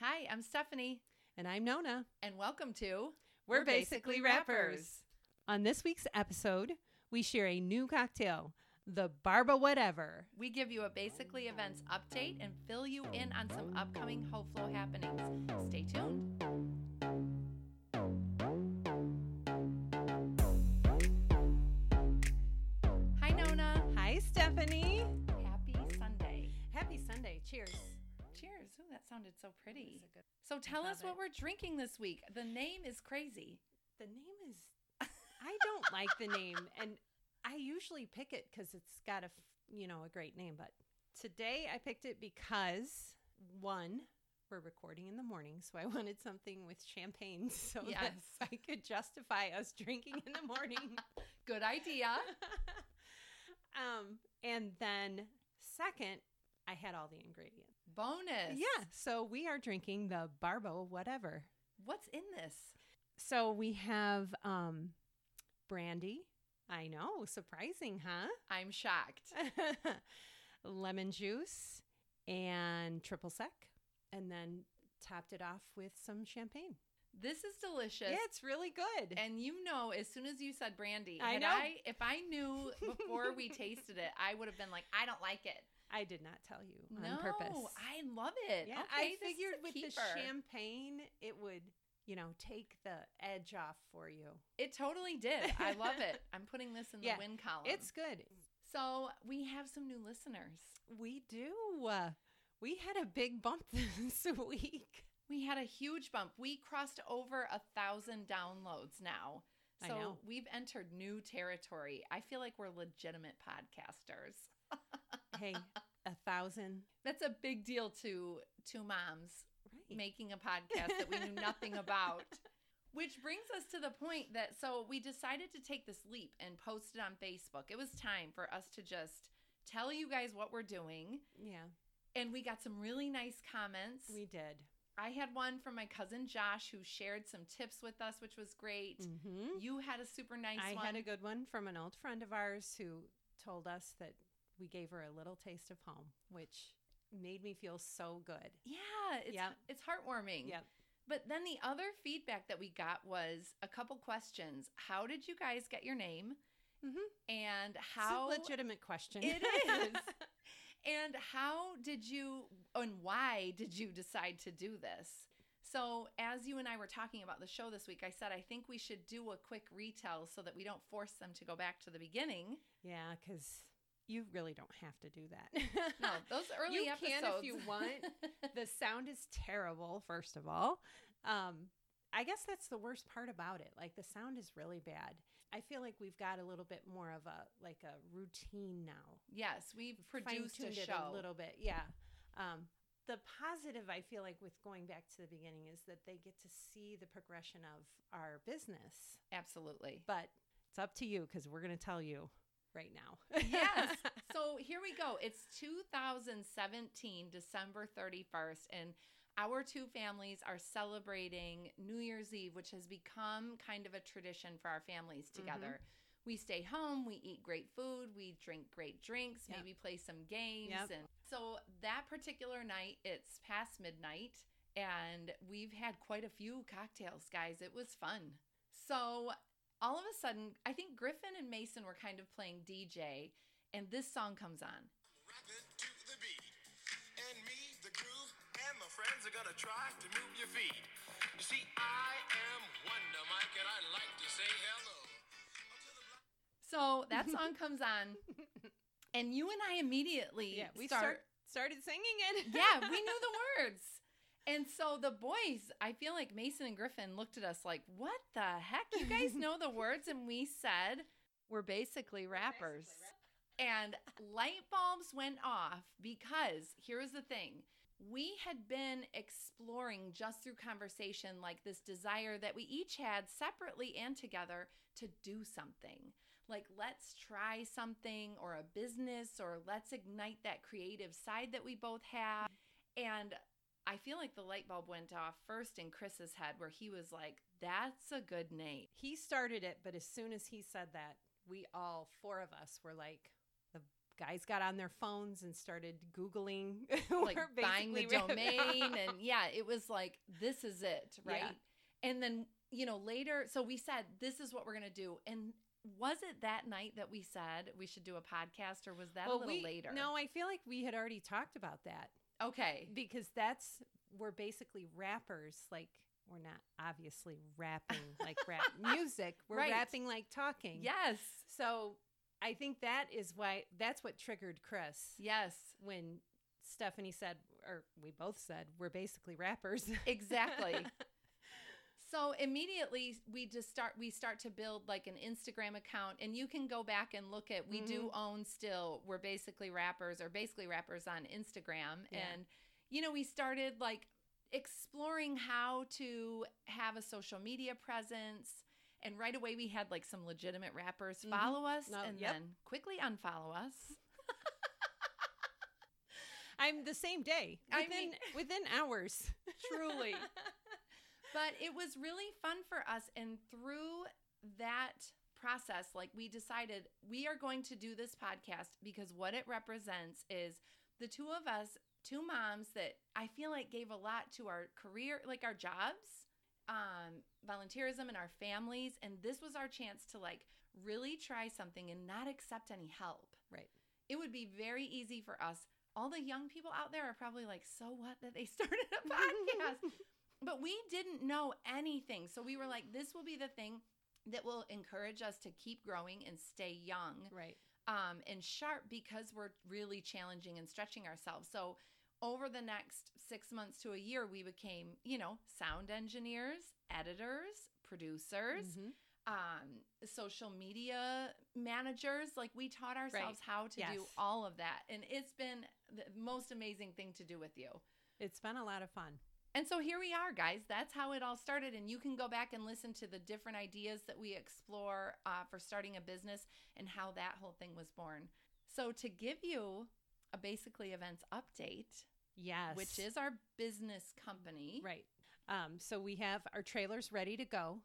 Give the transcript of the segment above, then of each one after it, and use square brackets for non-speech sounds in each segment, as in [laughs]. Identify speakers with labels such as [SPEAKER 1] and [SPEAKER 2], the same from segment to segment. [SPEAKER 1] Hi, I'm Stephanie,
[SPEAKER 2] And I'm Nona.
[SPEAKER 1] and welcome to
[SPEAKER 2] We're Basically Rappers. On this week's episode, we share a new cocktail, the Barba Whatever.
[SPEAKER 1] We give you a Basically Events update and fill you in on some upcoming HoFlow happenings. Stay tuned. Hi, Nona.
[SPEAKER 2] Hi, Stephanie.
[SPEAKER 1] Happy Sunday.
[SPEAKER 2] Happy Sunday. Cheers.
[SPEAKER 1] Cheers. Ooh, that sounded so pretty. So tell us
[SPEAKER 2] Love
[SPEAKER 1] what
[SPEAKER 2] it.
[SPEAKER 1] we're drinking this week. The name is crazy.
[SPEAKER 2] The name is, I [laughs] don't like the name. And I usually pick it because it's got a, f- you know, a great name. But today I picked it because one, we're recording in the morning. So I wanted something with champagne [laughs] so
[SPEAKER 1] Yes.
[SPEAKER 2] that I could justify us drinking in the morning.
[SPEAKER 1] Good
[SPEAKER 2] [laughs]
[SPEAKER 1] idea.
[SPEAKER 2] um, and then second, I had all the ingredients.
[SPEAKER 1] Bonus.
[SPEAKER 2] Yeah. So we are drinking the Barbo whatever.
[SPEAKER 1] What's in this?
[SPEAKER 2] So we have um, brandy. I know, surprising, huh? [laughs]
[SPEAKER 1] I'm shocked.
[SPEAKER 2] Lemon juice and triple sec, and then topped it off with some champagne.
[SPEAKER 1] This is delicious.
[SPEAKER 2] Yeah, it's really good.
[SPEAKER 1] And you know, as soon as you said brandy,
[SPEAKER 2] I
[SPEAKER 1] had
[SPEAKER 2] know.
[SPEAKER 1] if I knew before we tasted it, I would have been like, I don't like it.
[SPEAKER 2] I did not tell you on
[SPEAKER 1] no,
[SPEAKER 2] purpose.
[SPEAKER 1] I love it.
[SPEAKER 2] Yeah,
[SPEAKER 1] okay, this
[SPEAKER 2] I
[SPEAKER 1] is a
[SPEAKER 2] figured with the
[SPEAKER 1] keeper.
[SPEAKER 2] champagne, it would, you know, take the edge off for you.
[SPEAKER 1] It totally did. I
[SPEAKER 2] [laughs]
[SPEAKER 1] love it. I'm putting this in the
[SPEAKER 2] Yeah,
[SPEAKER 1] win column.
[SPEAKER 2] It's good.
[SPEAKER 1] so we have some new listeners.
[SPEAKER 2] We do. Uh, we had a big bump [laughs] this week.
[SPEAKER 1] We had a huge bump. We crossed over a thousand downloads now.
[SPEAKER 2] I
[SPEAKER 1] So
[SPEAKER 2] know.
[SPEAKER 1] we've entered new territory. I feel like we're legitimate podcasters.
[SPEAKER 2] Hey, a thousand.
[SPEAKER 1] That's a big deal to two moms [laughs]
[SPEAKER 2] Right.
[SPEAKER 1] making a podcast that we knew nothing about. Which brings us to the point that so we decided to take this leap and post it on Facebook. It was time for us to just tell you guys what we're doing.
[SPEAKER 2] yeah,
[SPEAKER 1] And we got some really nice comments.
[SPEAKER 2] we did.
[SPEAKER 1] I had one from my cousin Josh who shared some tips with us, which was great.
[SPEAKER 2] hmm
[SPEAKER 1] You had a super nice
[SPEAKER 2] I
[SPEAKER 1] one.
[SPEAKER 2] had a good one from an old friend of ours who told us that we gave her a little taste of home, which made me feel so good.
[SPEAKER 1] yeah, it's
[SPEAKER 2] Yep.
[SPEAKER 1] it's heartwarming.
[SPEAKER 2] Yep.
[SPEAKER 1] But then the other feedback that we got was a couple questions. How did you guys get your name?
[SPEAKER 2] Mhm.
[SPEAKER 1] And how
[SPEAKER 2] it's a legitimate question.
[SPEAKER 1] It
[SPEAKER 2] [laughs]
[SPEAKER 1] is. and how did you and why did you decide to do this? So, as you and I were talking about the show this week, I said I think we should do a quick retell so that we don't force them to go back to the beginning.
[SPEAKER 2] Yeah, because you really don't have to do
[SPEAKER 1] [laughs]
[SPEAKER 2] that. [laughs]
[SPEAKER 1] No, those early
[SPEAKER 2] you
[SPEAKER 1] episodes.
[SPEAKER 2] can if you want.
[SPEAKER 1] [laughs]
[SPEAKER 2] the sound is terrible, first of all. Um, I guess that's the worst part about it. Like the sound is really bad. I feel like we've got a little bit more of a like a routine now.
[SPEAKER 1] yes, we've produced a
[SPEAKER 2] Fine-tuned it
[SPEAKER 1] show.
[SPEAKER 2] a little bit, yeah. Um, the positive I feel like with going back to the beginning is that they get to see the progression of our business.
[SPEAKER 1] Absolutely.
[SPEAKER 2] But it's up to you because we're going to tell you right now. [laughs]
[SPEAKER 1] yes. So here we go. It's 2017, December 31st, and our two families are celebrating New Year's Eve, which has become kind of a tradition for our families
[SPEAKER 2] Mm-hmm.
[SPEAKER 1] together. We stay home, we eat great food, we drink great drinks,
[SPEAKER 2] Yep.
[SPEAKER 1] maybe play some games.
[SPEAKER 2] Yep.
[SPEAKER 1] And so that particular night, it's past midnight, and we've had quite a few cocktails, guys. It was fun. So all of a sudden, I think Griffin and Mason were kind of playing DJ, and this song comes on.
[SPEAKER 3] Rapping to the beat. And me, the groove, and my friends are gonna try to move your feet. You see, I am Wonder Mike, and I like to say hello.
[SPEAKER 1] So that
[SPEAKER 2] [laughs]
[SPEAKER 1] song comes on, and you and I immediately
[SPEAKER 2] yeah, we
[SPEAKER 1] start
[SPEAKER 2] start, started singing
[SPEAKER 1] [laughs]
[SPEAKER 2] it.
[SPEAKER 1] yeah, we knew the words. And so the boys, I feel like Mason and Griffin looked at us like, what the heck? You guys know the words? And we said, we're basically rappers. And light bulbs went off because here's the thing. We had been exploring just through conversation, like this desire that we each had separately and together to do something like let's try something or a business or let's ignite that creative side that we both have and i feel like the light bulb went off first in chris's head where he was like that's a good
[SPEAKER 2] [laughs]
[SPEAKER 1] name
[SPEAKER 2] He started it, but as soon as he said that, we all four of us were like, "The guys got on their phones and started Googling, [laughs]
[SPEAKER 1] like
[SPEAKER 2] where
[SPEAKER 1] buying the
[SPEAKER 2] basically we-
[SPEAKER 1] domain
[SPEAKER 2] [laughs]
[SPEAKER 1] and yeah it was like this is it right
[SPEAKER 2] Yeah.
[SPEAKER 1] and then you know later so we said this is what we're gonna do and was it that night that we said we should do a podcast or was that a
[SPEAKER 2] Well,
[SPEAKER 1] little
[SPEAKER 2] we-
[SPEAKER 1] later
[SPEAKER 2] No, I feel like we had already talked about that
[SPEAKER 1] okay
[SPEAKER 2] because that's we're basically rappers. Like we're not obviously rapping like rap
[SPEAKER 1] [laughs]
[SPEAKER 2] music. We're
[SPEAKER 1] Right.
[SPEAKER 2] rapping like talking.
[SPEAKER 1] yes
[SPEAKER 2] So I think that is why that's what triggered Chris
[SPEAKER 1] yes
[SPEAKER 2] when Stephanie said, or we both said, we're basically rappers. [laughs]
[SPEAKER 1] exactly so immediately we just start we start to build like an instagram account and you can go back and look at we do
[SPEAKER 2] Mm-hmm.
[SPEAKER 1] own still we're basically rappers or basically rappers on instagram
[SPEAKER 2] Yeah.
[SPEAKER 1] and you know we started like exploring how to have a social media presence and right away we had like some legitimate rappers
[SPEAKER 2] Mhm.
[SPEAKER 1] follow us
[SPEAKER 2] No,
[SPEAKER 1] and
[SPEAKER 2] yep.
[SPEAKER 1] then quickly unfollow us
[SPEAKER 2] I'm the same day.
[SPEAKER 1] I
[SPEAKER 2] Within,
[SPEAKER 1] mean- [laughs]
[SPEAKER 2] within hours. [laughs]
[SPEAKER 1] truly [laughs] but it was really fun for us and through that process like we decided we are going to do this podcast because what it represents is the two of us two moms that i feel like gave a lot to our career like our jobs um volunteerism and our families and this was our chance to like really try something and not accept any help
[SPEAKER 2] Right.
[SPEAKER 1] it would be very easy for us all the young people out there are probably like so what that they [laughs] started
[SPEAKER 2] [laughs]
[SPEAKER 1] a podcast but we didn't know anything. So we were like, this will be the thing that will encourage us to keep growing and stay young
[SPEAKER 2] Right.
[SPEAKER 1] um, and sharp because we're really challenging and stretching ourselves. So over the next six months to a year, we became, you know, sound engineers, editors, producers,
[SPEAKER 2] Mhm.
[SPEAKER 1] um, social media managers. Like we taught ourselves how to do
[SPEAKER 2] Yes.
[SPEAKER 1] all of that. And it's been the most amazing thing to do with you.
[SPEAKER 2] It's been a lot of fun.
[SPEAKER 1] And so here we are, guys. That's how it all started. And you can go back and listen to the different ideas that we explore uh, for starting a business and how that whole thing was born. So, to give you a basically events update,
[SPEAKER 2] Yes.
[SPEAKER 1] which is our business company,
[SPEAKER 2] Right. Um, so we have our trailers ready to go.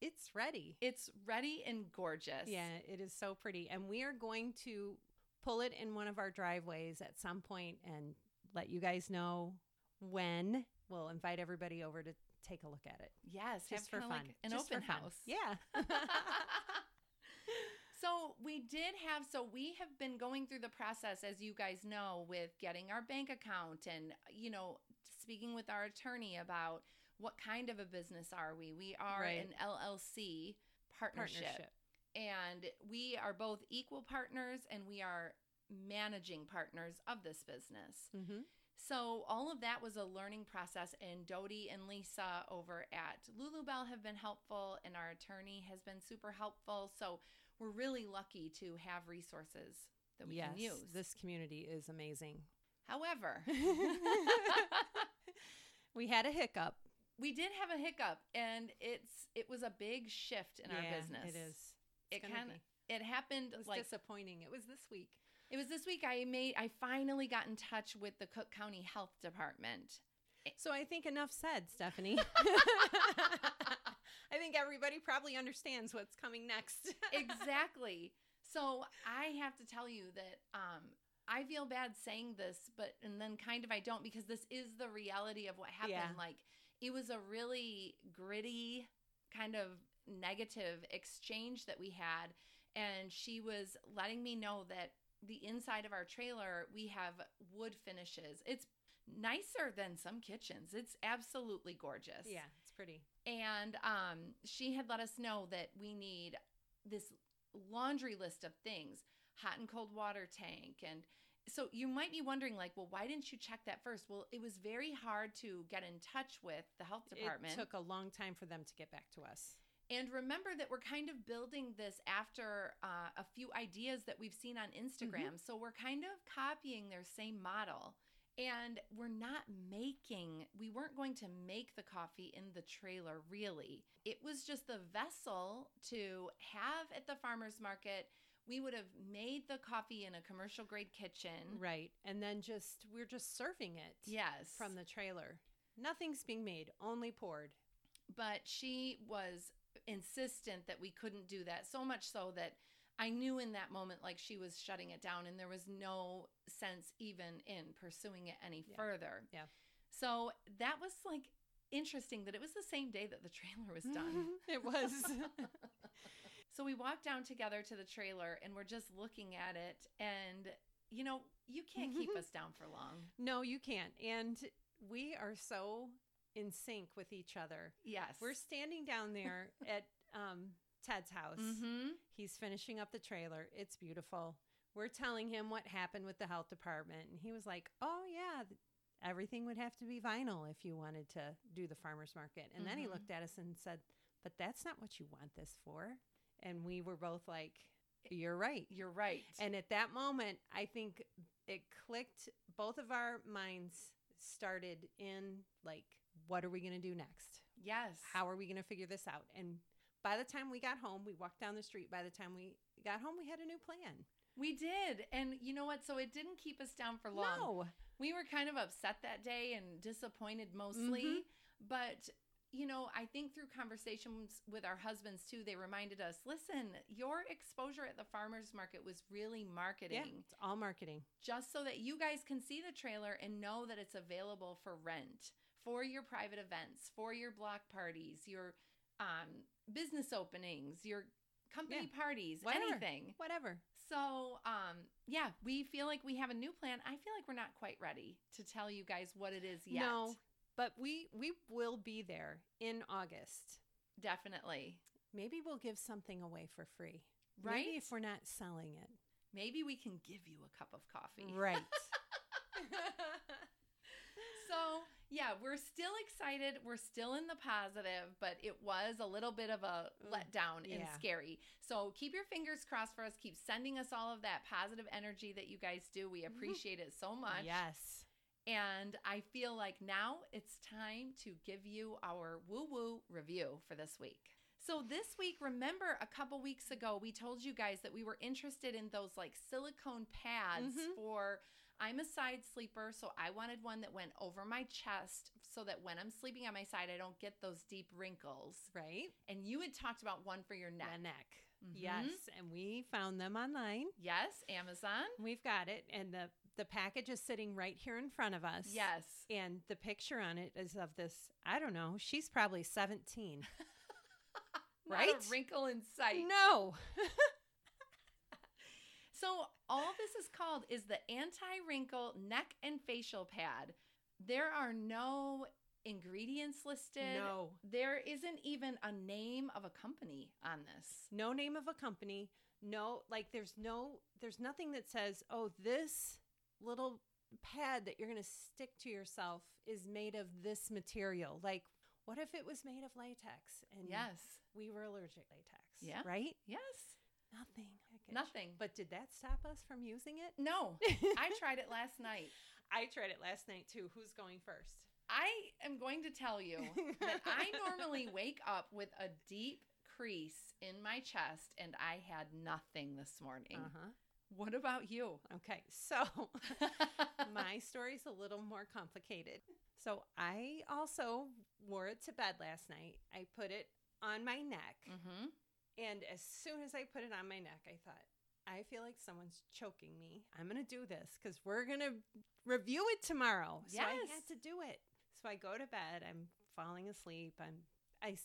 [SPEAKER 2] It's ready.
[SPEAKER 1] it's ready and gorgeous.
[SPEAKER 2] Yeah, it is so pretty. And we are going to pull it in one of our driveways at some point and let you guys know when. We'll invite everybody over to take a look at it.
[SPEAKER 1] Yes.
[SPEAKER 2] Just for
[SPEAKER 1] have
[SPEAKER 2] fun.
[SPEAKER 1] kinda like an
[SPEAKER 2] Just for
[SPEAKER 1] open
[SPEAKER 2] fun.
[SPEAKER 1] house. [laughs]
[SPEAKER 2] Yeah.
[SPEAKER 1] so we did have so we have been going through the process as you guys know with getting our bank account and you know speaking with our attorney about what kind of a business are we we are
[SPEAKER 2] Right.
[SPEAKER 1] an llc partnership,
[SPEAKER 2] Partnership.
[SPEAKER 1] and we are both equal partners and we are managing partners of this business
[SPEAKER 2] Mm-hmm.
[SPEAKER 1] so all of that was a learning process, and Dodie and Lisa over at Lulu Bell have been helpful, and our attorney has been super helpful. So we're really lucky to have resources that we
[SPEAKER 2] yes,
[SPEAKER 1] can use.
[SPEAKER 2] this community is amazing. [laughs]
[SPEAKER 1] However,
[SPEAKER 2] we had a hiccup
[SPEAKER 1] we did have a hiccup, and it's it was a big shift in
[SPEAKER 2] Yeah,
[SPEAKER 1] our business.
[SPEAKER 2] It is.
[SPEAKER 1] It
[SPEAKER 2] gonna
[SPEAKER 1] kind
[SPEAKER 2] be.
[SPEAKER 1] it happened
[SPEAKER 2] It was
[SPEAKER 1] like
[SPEAKER 2] disappointing. It was this week.
[SPEAKER 1] it was this week. I made I finally got in touch with the Cook County Health Department.
[SPEAKER 2] So I think enough said,
[SPEAKER 1] [laughs]
[SPEAKER 2] Stephanie. [laughs] I think everybody probably understands what's coming next.
[SPEAKER 1] exactly. So I have to tell you that um, I feel bad saying this, but and then kind of I don't because this is the reality of what happened.
[SPEAKER 2] Yeah.
[SPEAKER 1] Like it was a really gritty kind of negative exchange that we had, and she was letting me know that the inside of our trailer we have wood finishes. It's nicer than some kitchens. It's absolutely gorgeous
[SPEAKER 2] yeah, it's pretty.
[SPEAKER 1] and um, she had let us know that we need this laundry list of things hot and cold water tank and so you might be wondering like well why didn't you check that first well it was very hard to get in touch with the health department
[SPEAKER 2] It took a long time for them to get back to us.
[SPEAKER 1] and remember that we're kind of building this after uh, a few ideas that we've seen on Instagram.
[SPEAKER 2] Mm-hmm.
[SPEAKER 1] So we're kind of copying their same model. And we're not making, we weren't going to make the coffee in the trailer, really. It was just the vessel to have at the farmer's market. We would have made the coffee in a commercial grade kitchen.
[SPEAKER 2] Right. And then just we're just serving it
[SPEAKER 1] Mm-hmm. Yes.
[SPEAKER 2] from the trailer. Nothing's being made, only poured.
[SPEAKER 1] but she was insistent that we couldn't do that so much so that I knew in that moment like she was shutting it down and there was no sense even in pursuing it any
[SPEAKER 2] Yeah.
[SPEAKER 1] further.
[SPEAKER 2] Yeah.
[SPEAKER 1] So that was like interesting that it was the same day that the trailer was [laughs]
[SPEAKER 2] [laughs]
[SPEAKER 1] done.
[SPEAKER 2] it was.
[SPEAKER 1] so we walked down together to the trailer and we're just looking at it and you know, you can't keep us down for long.
[SPEAKER 2] [laughs] no, you can't. And we are so in sync with each other.
[SPEAKER 1] Yes.
[SPEAKER 2] We're standing down there at um, Ted's house.
[SPEAKER 1] hmm
[SPEAKER 2] He's finishing up the trailer. It's beautiful. We're telling him what happened with the health department. And he was like, oh, yeah, th- everything would have to be vinyl if you wanted to do the farmer's market. And then he
[SPEAKER 1] Mhm.
[SPEAKER 2] looked at us and said, but that's not what you want this for. And we were both like, you're right.
[SPEAKER 1] You're right.
[SPEAKER 2] And at that moment, I think it clicked. Both of our minds started in like, what are we going to do next?
[SPEAKER 1] yes.
[SPEAKER 2] how are we going to figure this out? And by the time we got home, we walked down the street. By the time we got home, we had a new plan.
[SPEAKER 1] we did. And you know what? So it didn't keep us down for long.
[SPEAKER 2] No,
[SPEAKER 1] We were kind of upset that day and disappointed mostly,
[SPEAKER 2] Mhm.
[SPEAKER 1] but you know, I think through conversations with our husbands too, they reminded us, listen, your exposure at the farmers market was really marketing.
[SPEAKER 2] yeah, it's all marketing.
[SPEAKER 1] Just so that you guys can see the trailer and know that it's available for rent for your private events, for your block parties, your um, business openings, your company parties,
[SPEAKER 2] Whatever.
[SPEAKER 1] anything.
[SPEAKER 2] Whatever.
[SPEAKER 1] So, um, yeah, we feel like we have a new plan. I feel like we're not quite ready to tell you guys what it is yet.
[SPEAKER 2] No, but we we will be there in August.
[SPEAKER 1] definitely.
[SPEAKER 2] Maybe we'll give something away for free.
[SPEAKER 1] Right?
[SPEAKER 2] Maybe if we're not selling it.
[SPEAKER 1] Maybe we can give you a cup of coffee.
[SPEAKER 2] Right.
[SPEAKER 1] [laughs] So, yeah, we're still excited. We're still in the positive, but it was a little bit of a
[SPEAKER 2] Mm,
[SPEAKER 1] letdown and
[SPEAKER 2] yeah.
[SPEAKER 1] scary. So, keep your fingers crossed for us. Keep sending us all of that positive energy that you guys do. We appreciate it so much.
[SPEAKER 2] Mm-hmm. yes.
[SPEAKER 1] And I feel like now it's time to give you our woo woo review for this week. So, this week, remember a couple weeks ago, we told you guys that we were interested in those like silicone pads
[SPEAKER 2] Mhm.
[SPEAKER 1] for. I'm a side sleeper, so I wanted one that went over my chest so that when I'm sleeping on my side, I don't get those deep wrinkles.
[SPEAKER 2] Right.
[SPEAKER 1] And you had talked about one for your neck.
[SPEAKER 2] The neck.
[SPEAKER 1] Mhm.
[SPEAKER 2] Yes, and we found them online.
[SPEAKER 1] Yes, Amazon.
[SPEAKER 2] We've got it, and the the package is sitting right here in front of us.
[SPEAKER 1] Yes.
[SPEAKER 2] And the picture on it is of this, I don't know, she's probably [laughs] 17.
[SPEAKER 1] Not a
[SPEAKER 2] Right?
[SPEAKER 1] wrinkle in sight.
[SPEAKER 2] No.
[SPEAKER 1] So all this is called is the anti-wrinkle neck and facial pad. There are no ingredients listed.
[SPEAKER 2] No.
[SPEAKER 1] There isn't even a name of a company on this.
[SPEAKER 2] No name of a company. No, like there's no, there's nothing that says, oh, this little pad that you're going to stick to yourself is made of this material. Like, what if it was made of latex and
[SPEAKER 1] Yes.
[SPEAKER 2] we were allergic to latex?
[SPEAKER 1] Yeah.
[SPEAKER 2] Right?
[SPEAKER 1] Yes.
[SPEAKER 2] Nothing. Package.
[SPEAKER 1] Nothing. But
[SPEAKER 2] But did that stop us from using it? [laughs]
[SPEAKER 1] no. I tried it last night.
[SPEAKER 2] I tried it last night too. Who's going first? [laughs]
[SPEAKER 1] I am going to tell you that I
[SPEAKER 2] Uh-huh.
[SPEAKER 1] normally wake up with a deep crease in my chest and I had nothing this morning.
[SPEAKER 2] Uh-huh.
[SPEAKER 1] What about
[SPEAKER 2] [laughs]
[SPEAKER 1] you?
[SPEAKER 2] Okay. So [laughs] my story's a little more complicated. So I also wore it to bed last night. I put it on my neck.
[SPEAKER 1] Mhm.
[SPEAKER 2] And as soon as I put it on my neck, I thought, I feel like someone's choking me. I'm going to do this because we're going to review it tomorrow. So I
[SPEAKER 1] Yes.
[SPEAKER 2] had to do it. So I go to bed. I'm falling asleep. I'm, I s-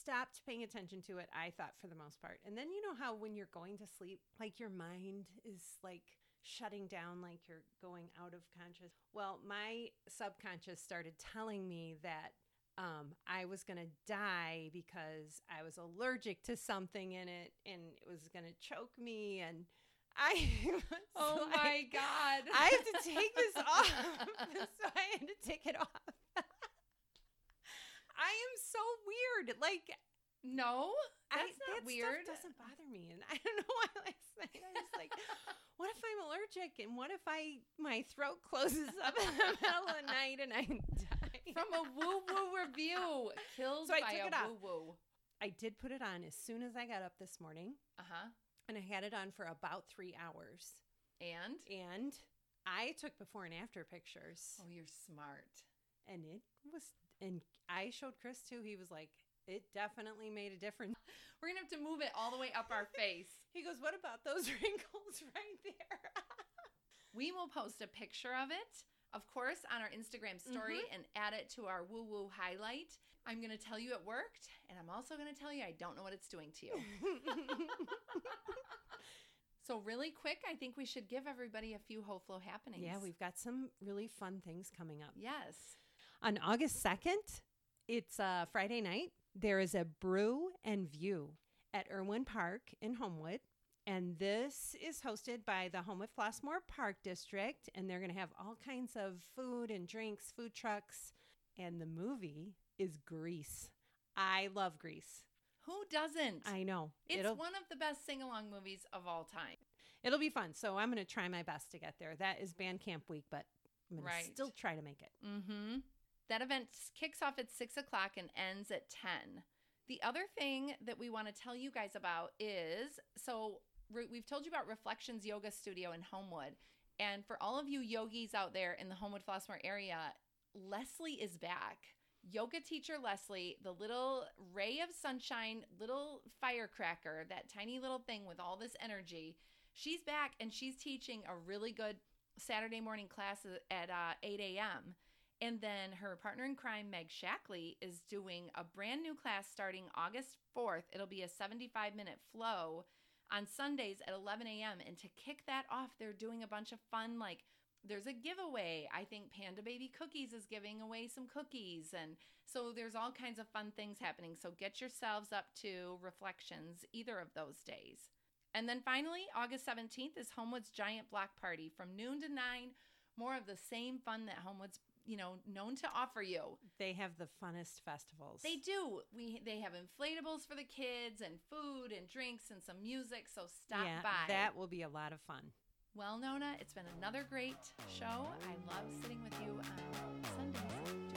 [SPEAKER 2] stopped paying attention to it, I thought, for the most part. And then you know how when you're going to sleep, like your mind is like shutting down, like you're going out of conscious. Well, my subconscious started telling me that um, I was going to die because I was allergic to something in it and it was going to choke me. And I [laughs] was
[SPEAKER 1] Oh
[SPEAKER 2] like,
[SPEAKER 1] my god.
[SPEAKER 2] I have to take this off. [laughs] so I had to take it off. [laughs] I am so weird. Like,
[SPEAKER 1] [laughs] No.
[SPEAKER 2] I,
[SPEAKER 1] That's not
[SPEAKER 2] that
[SPEAKER 1] weird.
[SPEAKER 2] Stuff doesn't bother me. And [laughs] I don't know why last night I was
[SPEAKER 1] [laughs]
[SPEAKER 2] like, what if I'm allergic? And what if I my throat closes up in the [laughs] middle of the night and I die?
[SPEAKER 1] From a woo
[SPEAKER 2] [laughs]
[SPEAKER 1] woo review. Killed
[SPEAKER 2] So I
[SPEAKER 1] by
[SPEAKER 2] took it
[SPEAKER 1] a
[SPEAKER 2] off.
[SPEAKER 1] woo woo.
[SPEAKER 2] I did put it on as soon as I got up this morning,
[SPEAKER 1] Uh huh.
[SPEAKER 2] and I had it on for about three hours.
[SPEAKER 1] And
[SPEAKER 2] And I took before and after pictures,
[SPEAKER 1] oh, you're smart.
[SPEAKER 2] and it was, and I showed Chris too. He was like, It definitely made a difference. [laughs]
[SPEAKER 1] We're gonna have to move it all the way up our face.
[SPEAKER 2] He goes, What about those [laughs] wrinkles right there?
[SPEAKER 1] We will post a picture of it, of course, on our Instagram story
[SPEAKER 2] Mm-hmm.
[SPEAKER 1] and add it to our woo woo highlight. I'm gonna tell you it worked, and I'm also gonna tell you I don't know what it's doing to
[SPEAKER 2] [sighs]
[SPEAKER 1] you. so really quick, I think we should give everybody a few whole flow happenings.
[SPEAKER 2] yeah, we've got some really fun things coming up.
[SPEAKER 1] yes.
[SPEAKER 2] On August 2nd, it's uh, Friday night. There is a brew and view at Irwin Park in Homewood. And this is hosted by the Homewood Flossmore Park District. And they're going to have all kinds of food and drinks, food trucks. And the movie is Grease. I love Grease.
[SPEAKER 1] Who doesn't?
[SPEAKER 2] I know.
[SPEAKER 1] it's
[SPEAKER 2] it'll,
[SPEAKER 1] one of the best sing along movies of all time.
[SPEAKER 2] it'll be fun. So I'm going to try my best to get there. That is band camp week, but I'm going
[SPEAKER 1] Right.
[SPEAKER 2] to still try to make it.
[SPEAKER 1] Mm-hmm. That event s- kicks off at six o'clock and ends at ten. The other thing that we want to tell you guys about is so re- we've told you about Reflections Yoga Studio in Homewood, and for all of you yogis out there in the Homewood Flossmore area, Leslie is back. Yoga teacher Leslie, the little ray of sunshine, little firecracker, that tiny little thing with all this energy, she's back and she's teaching a really good Saturday morning class at uh, 8 a.m. And then her partner in crime, Meg Shackley, is doing a brand new class starting August 4th. It'll be a 75 minute flow on Sundays at 11 a.m. And to kick that off, they're doing a bunch of fun, like, there's a giveaway. I think Panda Baby Cookies is giving away some cookies. And so there's all kinds of fun things happening. So get yourselves up to reflections either of those days. And then finally, August 17th is Homewood's Giant Block Party from noon to nine. More of the same fun that Homewood's, you know, known to offer you.
[SPEAKER 2] They have the funnest festivals.
[SPEAKER 1] They do. We they have inflatables for the kids and food and drinks and some music. So stop
[SPEAKER 2] yeah,
[SPEAKER 1] by.
[SPEAKER 2] That will be a lot of fun.
[SPEAKER 1] well, Nona, it's been another great show. I love sitting with you on Sundays.